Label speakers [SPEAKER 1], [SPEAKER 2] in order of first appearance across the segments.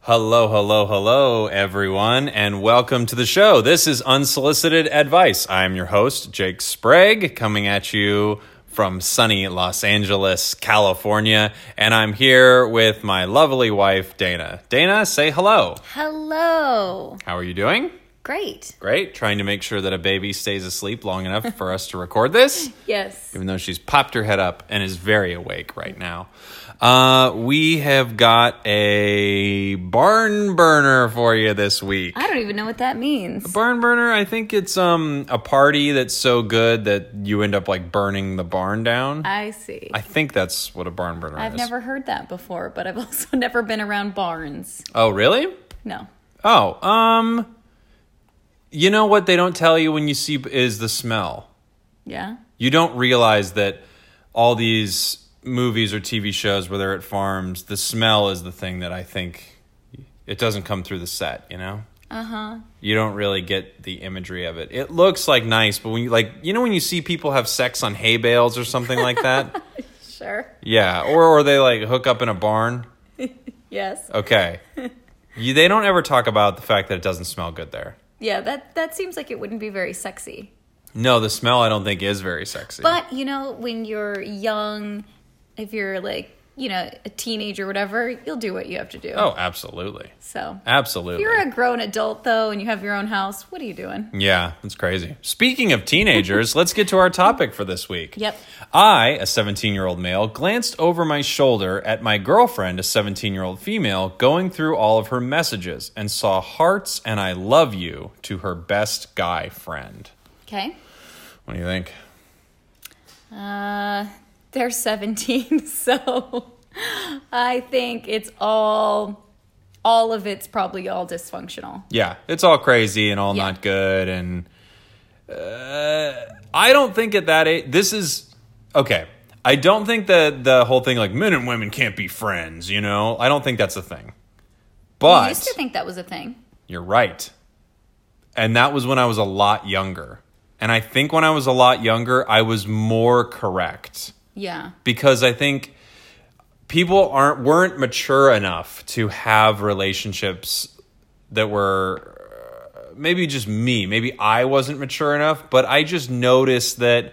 [SPEAKER 1] Hello, hello, hello, everyone, and welcome to the show. This is Unsolicited Advice. I am your host, Jake Sprague, coming at you from sunny Los Angeles, California, and I'm here with my lovely wife, Dana. Dana, say hello.
[SPEAKER 2] Hello.
[SPEAKER 1] How are you doing?
[SPEAKER 2] Great.
[SPEAKER 1] Great. Trying to make sure that a baby stays asleep long enough for us to record this.
[SPEAKER 2] Yes.
[SPEAKER 1] even though she's popped her head up and is very awake right now. Uh, we have got a barn burner for you this week.
[SPEAKER 2] I don't even know what that means.
[SPEAKER 1] Barn burner, I think it's um a party that's so good that you end up like burning the barn down. I,
[SPEAKER 2] I see.
[SPEAKER 1] think that's what a barn burner
[SPEAKER 2] I've
[SPEAKER 1] is.
[SPEAKER 2] never heard that before, but I've also never been around barns.
[SPEAKER 1] oh, really?
[SPEAKER 2] No.
[SPEAKER 1] Oh, um you know what they don't tell you when you see is the smell.
[SPEAKER 2] Yeah.
[SPEAKER 1] you don't realize that all these movies or TV shows where they're at farms, the smell is the thing that I think it doesn't come through the set, you know?
[SPEAKER 2] Uh huh.
[SPEAKER 1] You don't really get the imagery of it. It looks like nice, but when you like you know when you see people have sex on hay bales or something like that?
[SPEAKER 2] Sure.
[SPEAKER 1] yeah, or or they like hook up in a barn.
[SPEAKER 2] Yes.
[SPEAKER 1] Okay. You, they don't ever talk about the fact that it doesn't smell good there.
[SPEAKER 2] Yeah. That that seems like it wouldn't be very sexy.
[SPEAKER 1] No, the smell I don't think is very sexy.
[SPEAKER 2] But you know, when you're young, if you're like you know a teenager or whatever, you'll do what you have to do.
[SPEAKER 1] oh, absolutely.
[SPEAKER 2] So. If
[SPEAKER 1] Absolutely.
[SPEAKER 2] you're a grown adult though, and you have your own house. What are you doing?
[SPEAKER 1] Yeah, that's crazy. Speaking of teenagers, let's get to our topic for this week.
[SPEAKER 2] Yep.
[SPEAKER 1] I, a 17 year old male, glanced over my shoulder at my girlfriend, a 17 year old female, going through all of her messages and saw hearts and I love you to her best guy friend.
[SPEAKER 2] Okay.
[SPEAKER 1] What do you think?
[SPEAKER 2] Uh, they're 17, so I think it's all, all of it's probably all dysfunctional.
[SPEAKER 1] Yeah, it's all crazy and all
[SPEAKER 2] Yeah.
[SPEAKER 1] not good. And uh, I don't think at that age, this is okay. I don't think that the whole thing like men and women can't be friends, you know? I don't think that's a thing.
[SPEAKER 2] I
[SPEAKER 1] But
[SPEAKER 2] used to think that was a thing.
[SPEAKER 1] you're right. And that was when I was a lot younger. And I think when I was a lot younger, I was more correct
[SPEAKER 2] Yeah.
[SPEAKER 1] because I think people aren't weren't mature enough to have relationships that were uh, maybe just me, maybe I wasn't mature enough, but I just noticed that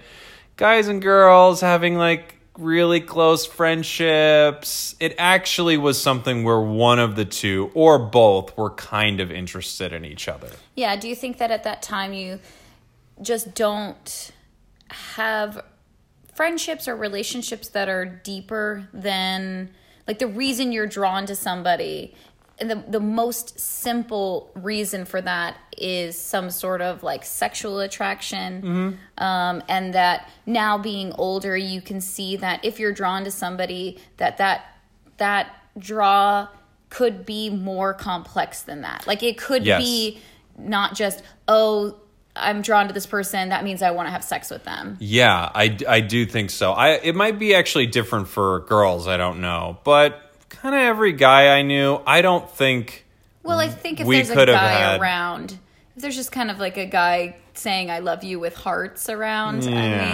[SPEAKER 1] guys and girls having like really close friendships, it actually was something where one of the two or both were kind of interested in each other.
[SPEAKER 2] Yeah. Do you think that at that time you just don't have friendships or relationships that are deeper than, like, the reason you're drawn to somebody? And the, the most simple reason for that is some sort of like sexual attraction. um, and that now being older you can see that if you're drawn to somebody that that that draw could be more complex than that like it could
[SPEAKER 1] Yes.
[SPEAKER 2] be not just oh i'm drawn to this person that means i want to have sex with them
[SPEAKER 1] Yeah, I, I do think so. I it might be actually different for girls. I don't know, but kind of every guy I knew, I don't think.
[SPEAKER 2] well i think if
[SPEAKER 1] We
[SPEAKER 2] there's a
[SPEAKER 1] could have
[SPEAKER 2] guy
[SPEAKER 1] had-
[SPEAKER 2] around if there's just kind of like a guy saying i love you with hearts around i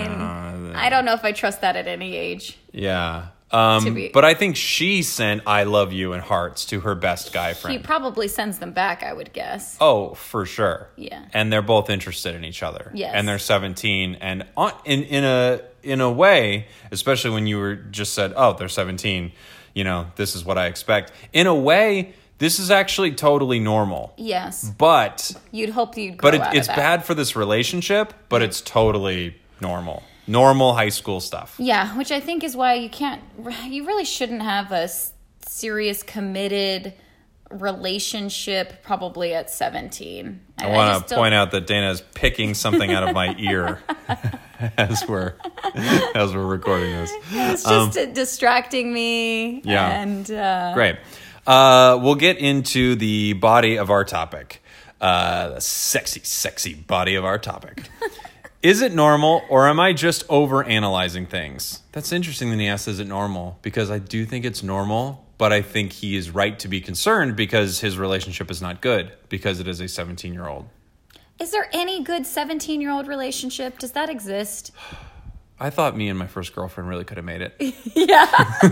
[SPEAKER 2] mean i don't know if i trust that at any age
[SPEAKER 1] yeah.
[SPEAKER 2] To
[SPEAKER 1] Um,
[SPEAKER 2] be-
[SPEAKER 1] but I think she sent "I love you" and hearts to her best guy
[SPEAKER 2] he
[SPEAKER 1] friend.
[SPEAKER 2] probably sends them back i would guess
[SPEAKER 1] oh, for sure.
[SPEAKER 2] Yeah.
[SPEAKER 1] And they're both interested in each other.
[SPEAKER 2] Yes.
[SPEAKER 1] And they're seventeen, and on, in in a in a way, especially when you were just said, "Oh, they're 17, You know, this is what I expect. In a way, this is actually totally normal.
[SPEAKER 2] yes
[SPEAKER 1] But
[SPEAKER 2] you'd hope you'd grow
[SPEAKER 1] but it,
[SPEAKER 2] out
[SPEAKER 1] it's
[SPEAKER 2] of that.
[SPEAKER 1] bad for this relationship but it's totally normal normal high school stuff
[SPEAKER 2] Yeah, which I think is why you can't, you really shouldn't have a s- serious committed relationship probably at 17.
[SPEAKER 1] i want to point out that dana is picking something out of my ear as we're as we're recording this
[SPEAKER 2] It's just uh, distracting me.
[SPEAKER 1] um, Yeah.
[SPEAKER 2] And uh,
[SPEAKER 1] great uh, we'll get into the body of our topic uh, the sexy sexy body of our topic is it normal or am i just over analyzing things that's interesting that he asks is it normal because i do think it's normal but i think he is right to be concerned because his relationship is not good because it is a 17 year old
[SPEAKER 2] is there any good 17 year old relationship? Does that exist?
[SPEAKER 1] i thought me and my first girlfriend really could have made it
[SPEAKER 2] yeah.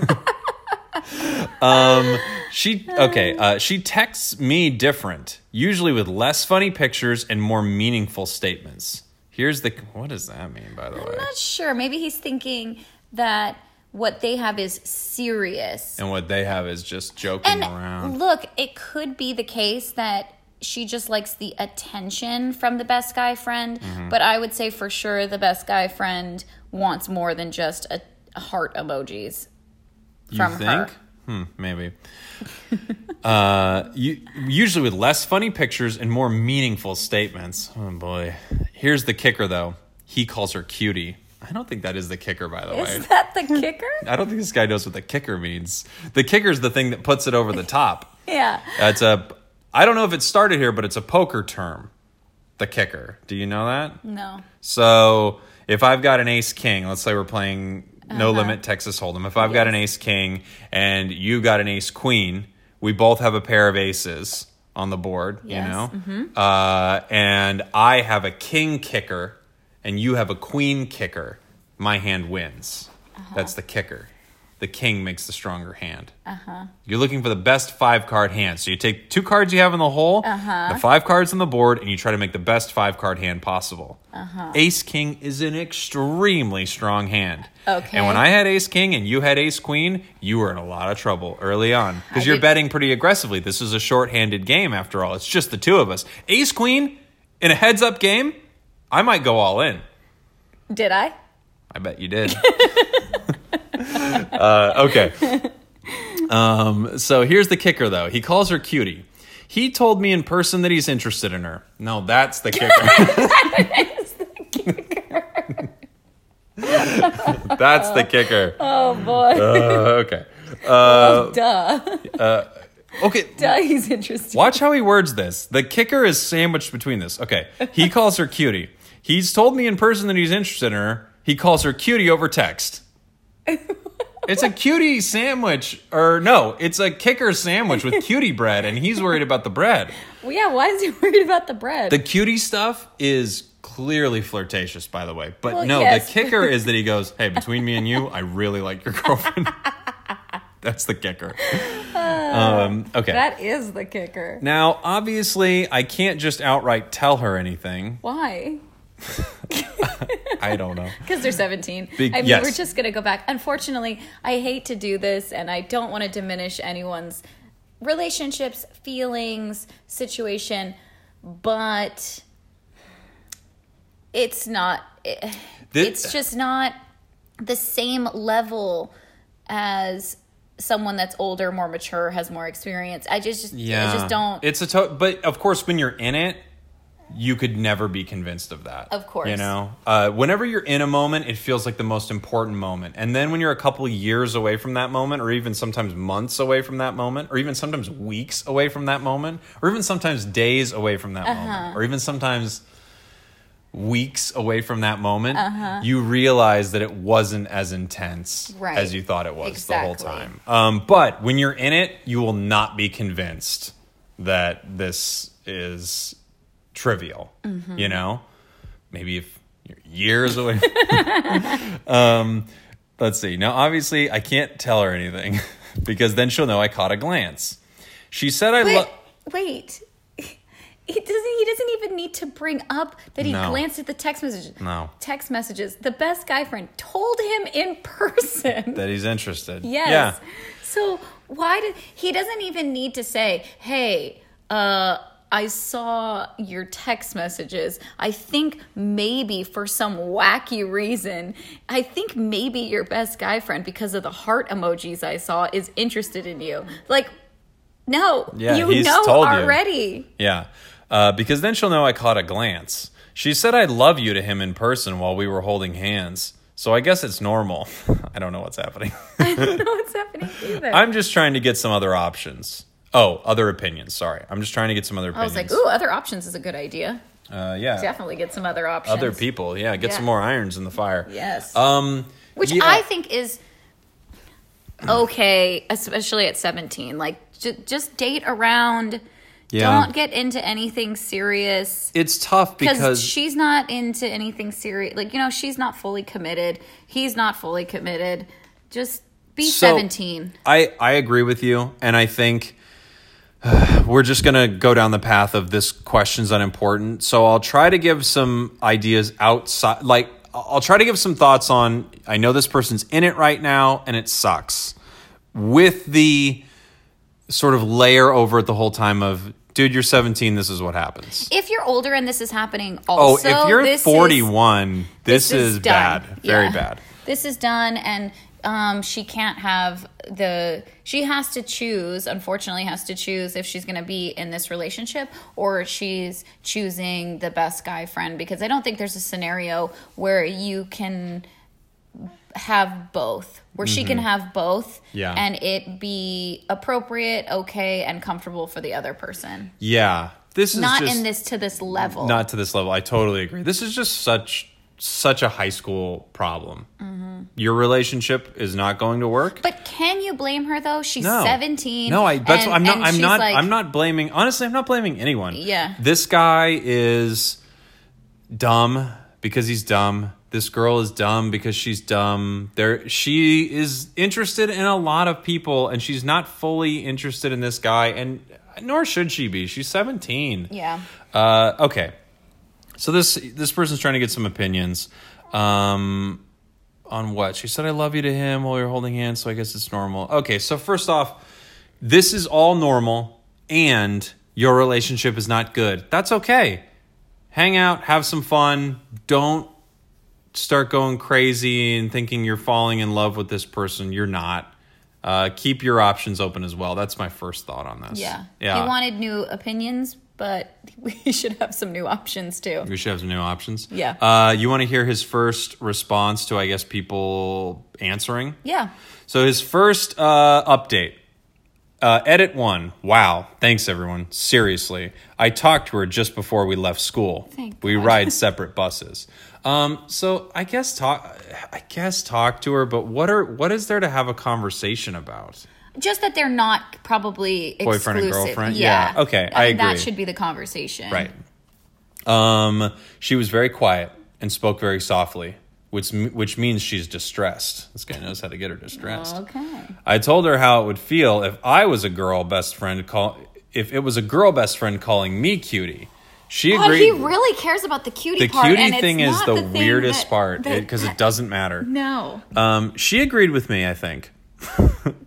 [SPEAKER 1] um, she okay. Uh, she texts me different, usually with less funny pictures and more meaningful statements. Here's the what does that mean by the way?
[SPEAKER 2] I'm not sure. Maybe he's thinking that what they have is serious.
[SPEAKER 1] and what they have is just joking
[SPEAKER 2] And
[SPEAKER 1] around.
[SPEAKER 2] look, it could be the case that she just likes the attention from the best guy friend,
[SPEAKER 1] Mm-hmm.
[SPEAKER 2] but I would say for sure the best guy friend wants more than just a a heart emojis.
[SPEAKER 1] You
[SPEAKER 2] from
[SPEAKER 1] think?
[SPEAKER 2] her.
[SPEAKER 1] Hmm, maybe. uh, you, usually with less funny pictures and more meaningful statements. Oh boy. Here's the kicker though. He calls her cutie. I don't think that is the kicker, by the way.
[SPEAKER 2] Is that the kicker?
[SPEAKER 1] I don't think this guy knows what the kicker means. The kicker is the thing that puts it over the top.
[SPEAKER 2] Yeah.
[SPEAKER 1] That's a. I don't know if it started here, but it's a poker term. The kicker. Do you know that?
[SPEAKER 2] No.
[SPEAKER 1] So if I've got an ace king, let's say we're playing no limit Texas Hold'em. If I've got an ace king and you got an ace queen, we both have a pair of aces on the board.
[SPEAKER 2] Yes.
[SPEAKER 1] You know, uh, and I have a king kicker, and you have a queen kicker. My hand wins. That's the kicker. The king makes the stronger hand. You're looking for the best five card hand. So you take two cards you have in the hole,
[SPEAKER 2] Uh-huh.
[SPEAKER 1] the five cards on the board, and you try to make the best five card hand possible.
[SPEAKER 2] Uh-huh.
[SPEAKER 1] Ace King is an extremely strong hand.
[SPEAKER 2] Okay.
[SPEAKER 1] And when I had Ace King and you had Ace Queen, you were in a lot of trouble early on because
[SPEAKER 2] I
[SPEAKER 1] you're
[SPEAKER 2] did-
[SPEAKER 1] betting pretty aggressively. This is a shorthanded game after all. It's just the two of us. Ace Queen in a heads up game, I might go all in.
[SPEAKER 2] Did I?
[SPEAKER 1] I bet you did. uh, okay. Um, so here's the kicker, though. He calls her cutie. He told me in person that he's interested in her. No, that's the kicker. that's the kicker.
[SPEAKER 2] Oh boy.
[SPEAKER 1] Uh, okay. Oh.
[SPEAKER 2] Duh.
[SPEAKER 1] Okay.
[SPEAKER 2] Duh, he's interested.
[SPEAKER 1] Watch how he words this. The kicker is sandwiched between this. Okay. He calls her cutie. He's told me in person that he's interested in her. He calls her cutie over text. It's a cutie sandwich, or no, it's a kicker sandwich with cutie bread, and he's worried about the bread.
[SPEAKER 2] Well, yeah, why is he worried about the bread?
[SPEAKER 1] The cutie stuff is clearly flirtatious, by the way. But
[SPEAKER 2] Well,
[SPEAKER 1] no,
[SPEAKER 2] yes.
[SPEAKER 1] the kicker is that he goes, Hey, between me and you, I really like your girlfriend. That's the kicker. Um, okay.
[SPEAKER 2] Uh, that is the kicker.
[SPEAKER 1] Now, obviously, I can't just outright tell her anything.
[SPEAKER 2] Why?
[SPEAKER 1] I don't know.
[SPEAKER 2] Because they're 17.
[SPEAKER 1] Big-
[SPEAKER 2] I mean,
[SPEAKER 1] yes.
[SPEAKER 2] we're just going to go back. Unfortunately, I hate to do this and I don't want to diminish anyone's relationships, feelings, situation, but it's not, it-
[SPEAKER 1] Thi-
[SPEAKER 2] it's just not the same level as someone that's older, more mature, has more experience. I just, just
[SPEAKER 1] Yeah.
[SPEAKER 2] I just don't.
[SPEAKER 1] It's a to- but of course when you're in it, you could never be convinced of that.
[SPEAKER 2] Of course.
[SPEAKER 1] You know, uh, whenever you're in a moment, it feels like the most important moment. And then when you're a couple years away from that moment, or even sometimes months away from that moment, or even sometimes weeks away from that moment, or even sometimes days away from
[SPEAKER 2] Uh-huh.
[SPEAKER 1] that moment, or even sometimes weeks away from that moment, you realize that it wasn't as intense
[SPEAKER 2] Uh-huh. Right.
[SPEAKER 1] as you thought it was the
[SPEAKER 2] Exactly.
[SPEAKER 1] whole time. Um, but when you're in it, you will not be convinced that this is trivial.
[SPEAKER 2] Mm-hmm.
[SPEAKER 1] You know, maybe if you're years away. um, let's see. Now, obviously, I can't tell her anything because then she'll know I caught a glance. She said I love.
[SPEAKER 2] But wait. He doesn't he doesn't even need to bring up that he
[SPEAKER 1] No.
[SPEAKER 2] glanced at the text messages.
[SPEAKER 1] No.
[SPEAKER 2] Text messages. The best guy friend told him in person.
[SPEAKER 1] That he's interested.
[SPEAKER 2] yes. So why did he doesn't even need to say, "Hey, uh I saw your text messages. I think maybe for some wacky reason, I think maybe your best guy friend because of the heart emojis I saw is interested in you." Like no,
[SPEAKER 1] Yeah,
[SPEAKER 2] you
[SPEAKER 1] he's
[SPEAKER 2] know
[SPEAKER 1] told you.
[SPEAKER 2] already.
[SPEAKER 1] Yeah. Uh, because then she'll know I caught a glance. She said I love you to him in person while we were holding hands. So I guess it's normal. I don't know what's happening.
[SPEAKER 2] know what's happening either. i
[SPEAKER 1] I'm just trying to get some other options. Oh, other opinions. Sorry. I'm just trying to get some other
[SPEAKER 2] was
[SPEAKER 1] opinions.
[SPEAKER 2] like, ooh, other options is a good idea.
[SPEAKER 1] Uh, yeah.
[SPEAKER 2] Definitely get some other options.
[SPEAKER 1] Other people. Yeah. Get
[SPEAKER 2] Yeah.
[SPEAKER 1] some more irons in the fire.
[SPEAKER 2] Yes.
[SPEAKER 1] Um,
[SPEAKER 2] Which
[SPEAKER 1] yeah.
[SPEAKER 2] I think is okay, especially at 17. Like, j- just date around.
[SPEAKER 1] Yeah.
[SPEAKER 2] Don't get into anything serious.
[SPEAKER 1] It's tough
[SPEAKER 2] Because
[SPEAKER 1] because.
[SPEAKER 2] she's not into anything serious. Like, you know, she's not fully committed. He's not fully committed. Just Be
[SPEAKER 1] So,
[SPEAKER 2] 17.
[SPEAKER 1] I I agree with you, and I think we're just gonna go down the path of this question's unimportant. So I'll try to give some ideas outside. Like I'll try to give some thoughts on. I know this person's in it right now, and it sucks. With the sort of layer over it the whole time of, dude, you're 17. This is what happens.
[SPEAKER 2] If you're older and this is happening,
[SPEAKER 1] Oh,
[SPEAKER 2] also,
[SPEAKER 1] if you're
[SPEAKER 2] this is-
[SPEAKER 1] 41, this, is,
[SPEAKER 2] done.
[SPEAKER 1] bad, very
[SPEAKER 2] Yeah.
[SPEAKER 1] bad.
[SPEAKER 2] This is done, and um, she can't have the. She has to choose. Unfortunately, has to choose if she's going to be in this relationship or she's choosing the best guy friend because I don't think there's a scenario where you can have both where she can have both
[SPEAKER 1] Mm-hmm. Yeah.
[SPEAKER 2] and it be appropriate okay and comfortable for the other person
[SPEAKER 1] Yeah, this is
[SPEAKER 2] not
[SPEAKER 1] just,
[SPEAKER 2] in this to this level
[SPEAKER 1] not to this level. I totally agree. This is just such such a high school problem. Your relationship is not going to work.
[SPEAKER 2] Mm-hmm. But can you blame her though? She's
[SPEAKER 1] No,
[SPEAKER 2] seventeen.
[SPEAKER 1] No, I. That's
[SPEAKER 2] and-
[SPEAKER 1] I'm not.
[SPEAKER 2] and
[SPEAKER 1] I'm
[SPEAKER 2] she's
[SPEAKER 1] not.
[SPEAKER 2] like-
[SPEAKER 1] I'm not blaming. Honestly, I'm not blaming anyone.
[SPEAKER 2] Yeah.
[SPEAKER 1] This guy is dumb because he's dumb. This girl is dumb because she's dumb. There, she is interested in a lot of people, and she's not fully interested in this guy, and nor should she be. She's 17.
[SPEAKER 2] Yeah.
[SPEAKER 1] Uh, okay. So this this person's trying to get some opinions. Um on what? She said I love you to him while you're holding hands, so I guess it's normal. Okay, so first off, this is all normal and your relationship is not good. That's okay. Hang out, have some fun. Don't start going crazy and thinking you're falling in love with this person. You're not. Uh, keep your options open as well. That's my first thought on this.
[SPEAKER 2] Yeah.
[SPEAKER 1] Yeah.
[SPEAKER 2] He wanted new opinions, but we should have some new options too.
[SPEAKER 1] We should have some new options.
[SPEAKER 2] Yeah.
[SPEAKER 1] Uh, you want to hear his first response to, I guess, people answering?
[SPEAKER 2] Yeah.
[SPEAKER 1] So his first uh, update. Uh, edit one. Wow. Thanks, everyone. Seriously. I talked to her just before we left school.
[SPEAKER 2] Thank
[SPEAKER 1] we
[SPEAKER 2] God.
[SPEAKER 1] ride separate buses. Um, so I guess talk. I guess talk to her. But what are what is there to have a conversation about?
[SPEAKER 2] Just that they're not probably
[SPEAKER 1] Boyfriend and
[SPEAKER 2] exclusive.
[SPEAKER 1] girlfriend? Yeah. Okay, I
[SPEAKER 2] mean, That
[SPEAKER 1] agree.
[SPEAKER 2] should be the conversation.
[SPEAKER 1] Right. Um, she was very quiet and spoke very softly, which m- which means she's distressed. This guy knows how to get her distressed.
[SPEAKER 2] Okay.
[SPEAKER 1] I told her how it would feel if I was a girl best friend call if it was a girl best friend calling me cutie. She
[SPEAKER 2] God, he
[SPEAKER 1] agreed.
[SPEAKER 2] really cares about the cutie
[SPEAKER 1] the
[SPEAKER 2] part. and
[SPEAKER 1] cutie
[SPEAKER 2] it's
[SPEAKER 1] thing is
[SPEAKER 2] not
[SPEAKER 1] the,
[SPEAKER 2] thing
[SPEAKER 1] weirdest
[SPEAKER 2] that-
[SPEAKER 1] part
[SPEAKER 2] that-
[SPEAKER 1] because it doesn't matter.
[SPEAKER 2] No.
[SPEAKER 1] Um, she agreed with me. I think.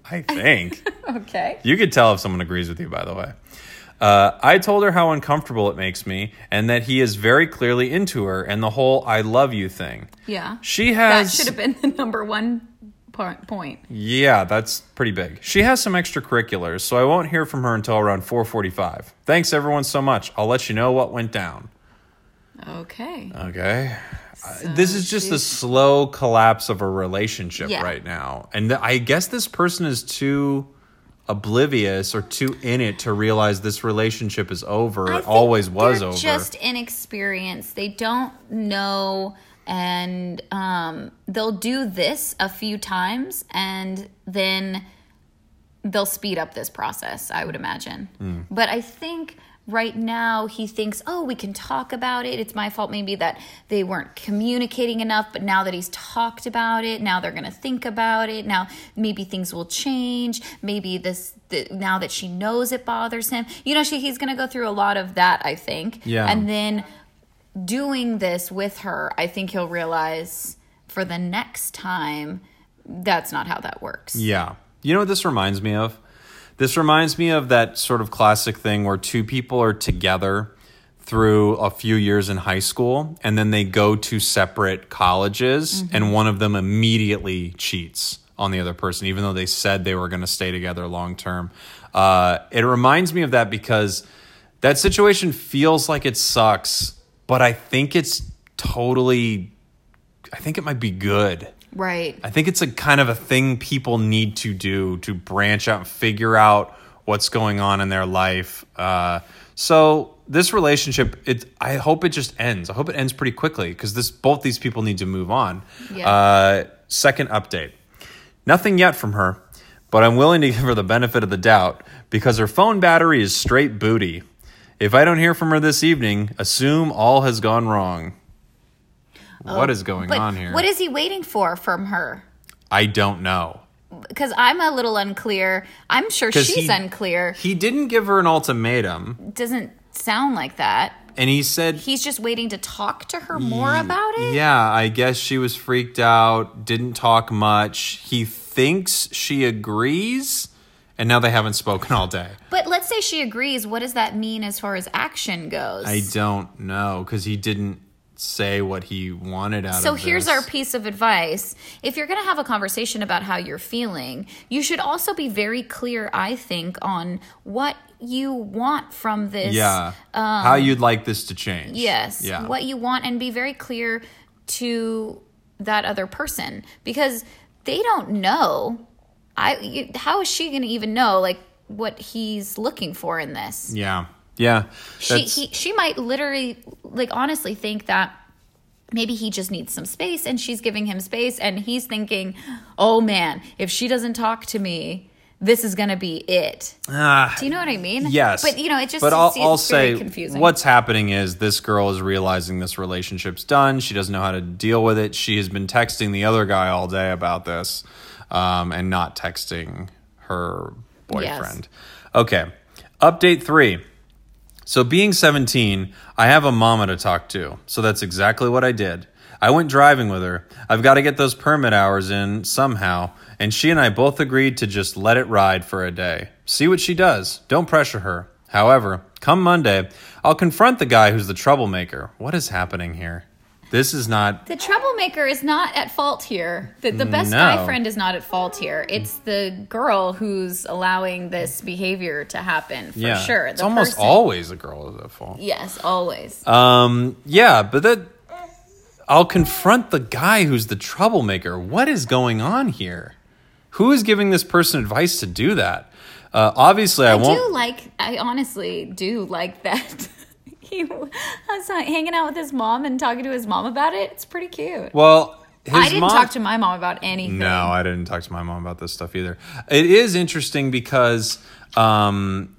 [SPEAKER 1] I think.
[SPEAKER 2] Okay.
[SPEAKER 1] You could tell if someone agrees with you, by the way. Uh, I told her how uncomfortable it makes me and that he is very clearly into her and the whole I love you thing.
[SPEAKER 2] Yeah.
[SPEAKER 1] She
[SPEAKER 2] that
[SPEAKER 1] has.
[SPEAKER 2] should have been the number one part, point.
[SPEAKER 1] yeah, that's pretty big. She has some extracurriculars, so I won't hear from her until around 4:45. Thanks everyone so much. I'll let you know what went down.
[SPEAKER 2] Okay.
[SPEAKER 1] Okay. Uh, this is just the slow collapse of a relationship
[SPEAKER 2] Yeah.
[SPEAKER 1] right now. And th- I guess this person is too oblivious or too in it to realize this relationship is over.
[SPEAKER 2] I
[SPEAKER 1] It
[SPEAKER 2] think
[SPEAKER 1] always was
[SPEAKER 2] they're
[SPEAKER 1] over.
[SPEAKER 2] Just inexperienced. They don't know, and um, they'll do this a few times, and then they'll speed up this process. I would imagine.
[SPEAKER 1] Mm.
[SPEAKER 2] But I think right now he thinks, oh, we can talk about it. It's my fault maybe that they weren't communicating enough. But now that he's talked about it, now they're going to think about it. Now maybe things will change. Maybe this. The, now that she knows it bothers him, you know, she, he's going to go through a lot of that, I think.
[SPEAKER 1] Yeah.
[SPEAKER 2] And then doing this with her, I think he'll realize for the next time that's not how that works.
[SPEAKER 1] yeah. You know what this reminds me of? This reminds me of that sort of classic thing where two people are together through a few years in high school and then they go to separate colleges and one of them immediately cheats on the other person even though they said they were going to stay together long term uh, it reminds me of that because that situation feels like it sucks but i think it's totally i think it might be good
[SPEAKER 2] Right.
[SPEAKER 1] I think it's a kind of a thing people need to do to branch out and figure out what's going on in their life. Uh, so this relationship, it I hope it just ends. I hope it ends pretty quickly because this both these people need to move on.
[SPEAKER 2] Yeah.
[SPEAKER 1] Uh, second update. Nothing yet from her, but I'm willing to give her the benefit of the doubt because her phone battery is straight booty. If I don't hear from her this evening, assume all has gone wrong. what is going
[SPEAKER 2] Um, But
[SPEAKER 1] on here?
[SPEAKER 2] What is he waiting for from her?
[SPEAKER 1] I don't know.
[SPEAKER 2] because I'm a little unclear. I'm sure
[SPEAKER 1] 'Cause
[SPEAKER 2] she's
[SPEAKER 1] he-
[SPEAKER 2] unclear.
[SPEAKER 1] He didn't give her an ultimatum,
[SPEAKER 2] Doesn't sound like that.
[SPEAKER 1] and he said
[SPEAKER 2] He's just waiting to talk to her more about it.
[SPEAKER 1] Yeah, I guess she was freaked out, didn't talk much. He thinks she agrees, and now they haven't spoken all day.
[SPEAKER 2] But let's say she agrees. What does that mean as far as action goes?
[SPEAKER 1] I don't know because he didn't say what he wanted out
[SPEAKER 2] So
[SPEAKER 1] of
[SPEAKER 2] here's
[SPEAKER 1] this.
[SPEAKER 2] our piece of advice. If you're going to have a conversation about how you're feeling, you should also be very clear, I think, on what you want from this.
[SPEAKER 1] yeah how you'd like this to change.
[SPEAKER 2] Um, Yes.
[SPEAKER 1] Yeah.
[SPEAKER 2] What you want and be very clear to that other person because they don't know. I you, how is she going to even know like what he's looking for in this?
[SPEAKER 1] yeah. Yeah.
[SPEAKER 2] she
[SPEAKER 1] That's-
[SPEAKER 2] he, she might literally like honestly think that maybe he just needs some space and she's giving him space and he's thinking oh man if she doesn't talk to me this is gonna be it
[SPEAKER 1] Ah,
[SPEAKER 2] do you know what i mean
[SPEAKER 1] Yes,
[SPEAKER 2] but you know it just
[SPEAKER 1] But I'll,
[SPEAKER 2] it's,
[SPEAKER 1] I'll
[SPEAKER 2] it's very
[SPEAKER 1] say
[SPEAKER 2] confusing
[SPEAKER 1] what's happening is this girl is realizing this relationship's done. She doesn't know how to deal with it. She has been texting the other guy all day about this, um, and not texting her boyfriend. Okay, update three. So, being 17, I have a mama to talk to. So, that's exactly what I did. I went driving with her. I've got to get those permit hours in somehow. And she and I both agreed to just let it ride for a day. See what she does. Don't pressure her. However, come Monday, I'll confront the guy who's the troublemaker. What is happening here? This is not.
[SPEAKER 2] the troublemaker is not at fault here the, the best
[SPEAKER 1] No.
[SPEAKER 2] guy friend is not at fault here it's the girl who's allowing this behavior to happen for
[SPEAKER 1] yeah.
[SPEAKER 2] sure
[SPEAKER 1] It's
[SPEAKER 2] The
[SPEAKER 1] almost
[SPEAKER 2] person-
[SPEAKER 1] always a girl is at fault.
[SPEAKER 2] yes always
[SPEAKER 1] Um, yeah, but that I'll confront the guy who's the troublemaker. What is going on here? Who is giving this person advice to do that? Uh, obviously, I,
[SPEAKER 2] I
[SPEAKER 1] won't.
[SPEAKER 2] do like. I honestly do like that. he was hanging out with his mom and talking to his mom about it. It's pretty cute.
[SPEAKER 1] Well, his
[SPEAKER 2] I didn't
[SPEAKER 1] mom-
[SPEAKER 2] talk to my mom about anything.
[SPEAKER 1] No, I didn't talk to my mom about this stuff either. It is interesting because um,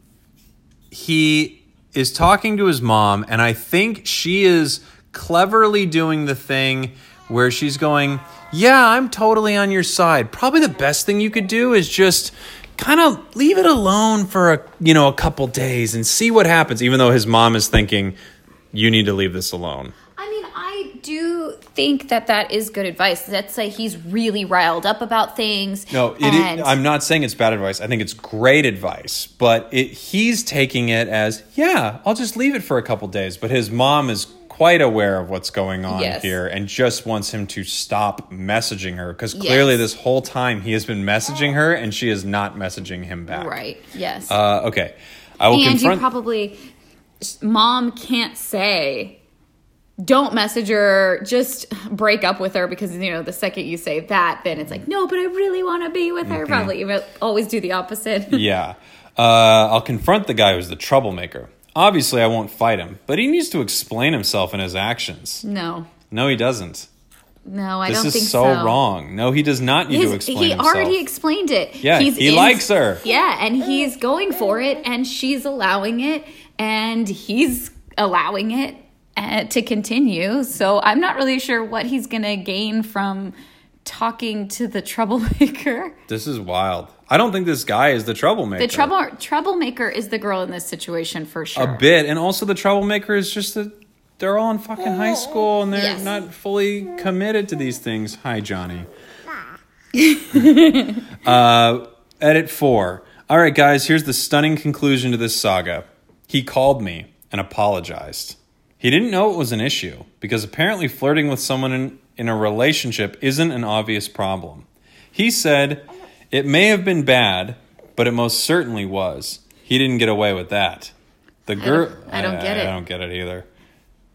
[SPEAKER 1] he is talking to his mom, and I think she is cleverly doing the thing where she's going, Yeah, I'm totally on your side. Probably the best thing you could do is just kind of leave it alone for a you know a couple days and see what happens even though his mom is thinking you need to leave this alone
[SPEAKER 2] I mean, I do think that that is good advice. Let's say he's really riled up about things.
[SPEAKER 1] No, it i-
[SPEAKER 2] and
[SPEAKER 1] I'm not saying it's bad advice. I think it's great advice, but it, he's taking it as, yeah, I'll just leave it for a couple days. But his mom is quite aware of what's going on
[SPEAKER 2] Yes.
[SPEAKER 1] here and just wants him to stop messaging her because clearly
[SPEAKER 2] Yes.
[SPEAKER 1] this whole time he has been messaging her and she is not messaging him back.
[SPEAKER 2] right. Yes.
[SPEAKER 1] Uh, okay. I will
[SPEAKER 2] and you
[SPEAKER 1] confront.
[SPEAKER 2] probably mom can't say don't message her just break up with her because you know the second you say that then it's like no but i really want to be with her probably you will always do the opposite
[SPEAKER 1] Mm-hmm. yeah. Uh, I'll confront the guy who's the troublemaker. Obviously, I won't fight him, but he needs to explain himself and his actions.
[SPEAKER 2] no
[SPEAKER 1] No, he doesn't.
[SPEAKER 2] no i
[SPEAKER 1] This
[SPEAKER 2] don't
[SPEAKER 1] is
[SPEAKER 2] think
[SPEAKER 1] so, wrong. No, he does not need
[SPEAKER 2] His-
[SPEAKER 1] to explain
[SPEAKER 2] he
[SPEAKER 1] himself.
[SPEAKER 2] already explained it
[SPEAKER 1] Yeah, he likes her.
[SPEAKER 2] yeah and he's going for it and she's allowing it and he's allowing it uh, to continue so i'm not really sure what he's gonna gain from talking to the troublemaker
[SPEAKER 1] this is wild. I don't think this guy is the troublemaker.
[SPEAKER 2] the trouble troublemaker is the girl in this situation for sure
[SPEAKER 1] a bit, and also the troublemaker is just that they're all in fucking high school and they're
[SPEAKER 2] Yes.
[SPEAKER 1] not fully committed to these things. Hi, Johnny. uh, edit four. All right, guys. Here's the stunning conclusion to this saga. He called me and apologized. He didn't know it was an issue because apparently flirting with someone in, in a relationship isn't an obvious problem. He said, It may have been bad, but it most certainly was. He didn't get away with that. The girl.
[SPEAKER 2] I don't get it.
[SPEAKER 1] I don't get it either.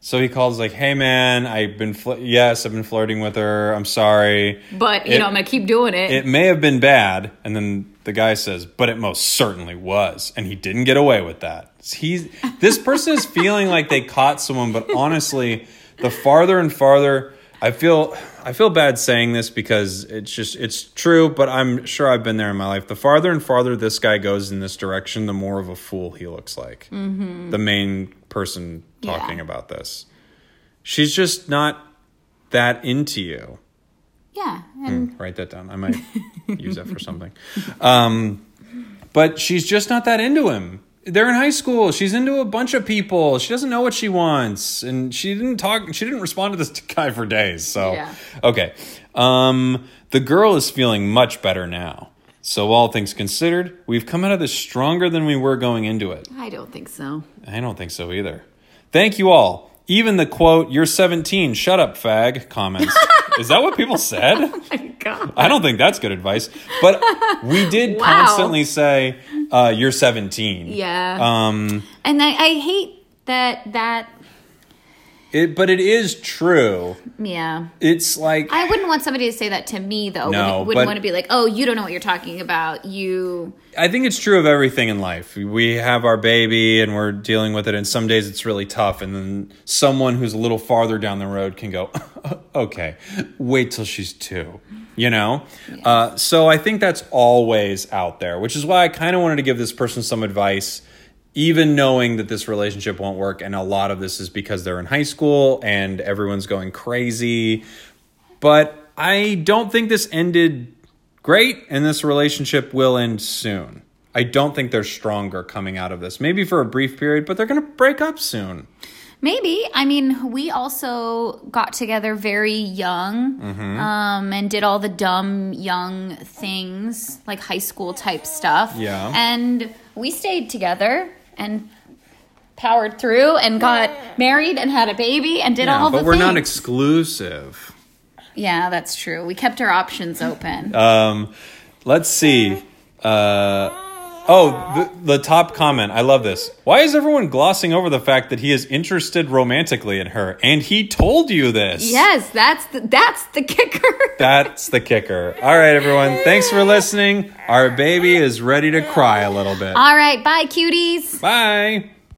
[SPEAKER 1] So he calls, like, Hey, man, I've been, fl- yes, I've been flirting with her. I'm sorry.
[SPEAKER 2] but you
[SPEAKER 1] It-
[SPEAKER 2] know i'm gonna keep doing it,
[SPEAKER 1] It may have been bad. And then the guy says, But it most certainly was. And he didn't get away with that. He's, this person is feeling like they caught someone, but honestly, the farther and farther, I feel I feel bad saying this because it's just it's true, but I'm sure I've been there in my life. The farther and farther this guy goes in this direction, the more of a fool he looks like. Mm-hmm. The main person
[SPEAKER 2] Yeah.
[SPEAKER 1] talking about this, she's just not that into you.
[SPEAKER 2] Yeah. And
[SPEAKER 1] Write that down. I might use that for something. Um, but she's just not that into him. They're in high school. She's into a bunch of people. She doesn't know what she wants, and she didn't talk. She didn't respond to this guy for days. So,
[SPEAKER 2] Yeah.
[SPEAKER 1] okay. Um, the girl is feeling much better now. So, all things considered, we've come out of this stronger than we were going into it.
[SPEAKER 2] I don't think so.
[SPEAKER 1] I don't think so either. Thank you all. Even the quote, "You're 17. Shut up, fag." Comments. is that what people said?
[SPEAKER 2] My God.
[SPEAKER 1] I don't think that's good advice. But we did
[SPEAKER 2] Wow.
[SPEAKER 1] constantly say, uh, "You're 17."
[SPEAKER 2] Yeah.
[SPEAKER 1] Um.
[SPEAKER 2] and I, I hate that that
[SPEAKER 1] It, but it is true.
[SPEAKER 2] yeah.
[SPEAKER 1] It's like
[SPEAKER 2] I wouldn't want somebody to say that to me though.
[SPEAKER 1] No,
[SPEAKER 2] wouldn't wouldn't
[SPEAKER 1] but-
[SPEAKER 2] want to be like, "Oh, you don't know what you're talking about. You
[SPEAKER 1] I think it's true of everything in life. We have our baby and we're dealing with it, and some days it's really tough. And then someone who's a little farther down the road can go, okay, wait till she's two, you know? Uh, so I think that's always out there, which is why I kind of wanted to give this person some advice, even knowing that this relationship won't work. And a lot of this is because they're in high school and everyone's going crazy. But I don't think this ended great, and this relationship will end soon. I don't think they're stronger coming out of this. Maybe for a brief period, but they're going to break up soon.
[SPEAKER 2] Maybe. I mean, we also got together very young
[SPEAKER 1] Mm-hmm.
[SPEAKER 2] um, and did all the dumb young things, like high school type stuff.
[SPEAKER 1] Yeah.
[SPEAKER 2] And we stayed together and powered through and got married and had a baby and did all
[SPEAKER 1] but
[SPEAKER 2] the
[SPEAKER 1] we're not
[SPEAKER 2] things.
[SPEAKER 1] exclusive.
[SPEAKER 2] yeah, that's true. We kept our options open.
[SPEAKER 1] Um, let's see. Uh, oh, the, the top comment. I love this. Why is everyone glossing over the fact that he is interested romantically in her? And he told you this.
[SPEAKER 2] yes, that's the, that's the kicker.
[SPEAKER 1] That's the kicker. All right, everyone. Thanks for
[SPEAKER 2] Uh,
[SPEAKER 1] listening. Our baby is ready to cry a little bit.
[SPEAKER 2] all right, bye cuties.
[SPEAKER 1] Bye.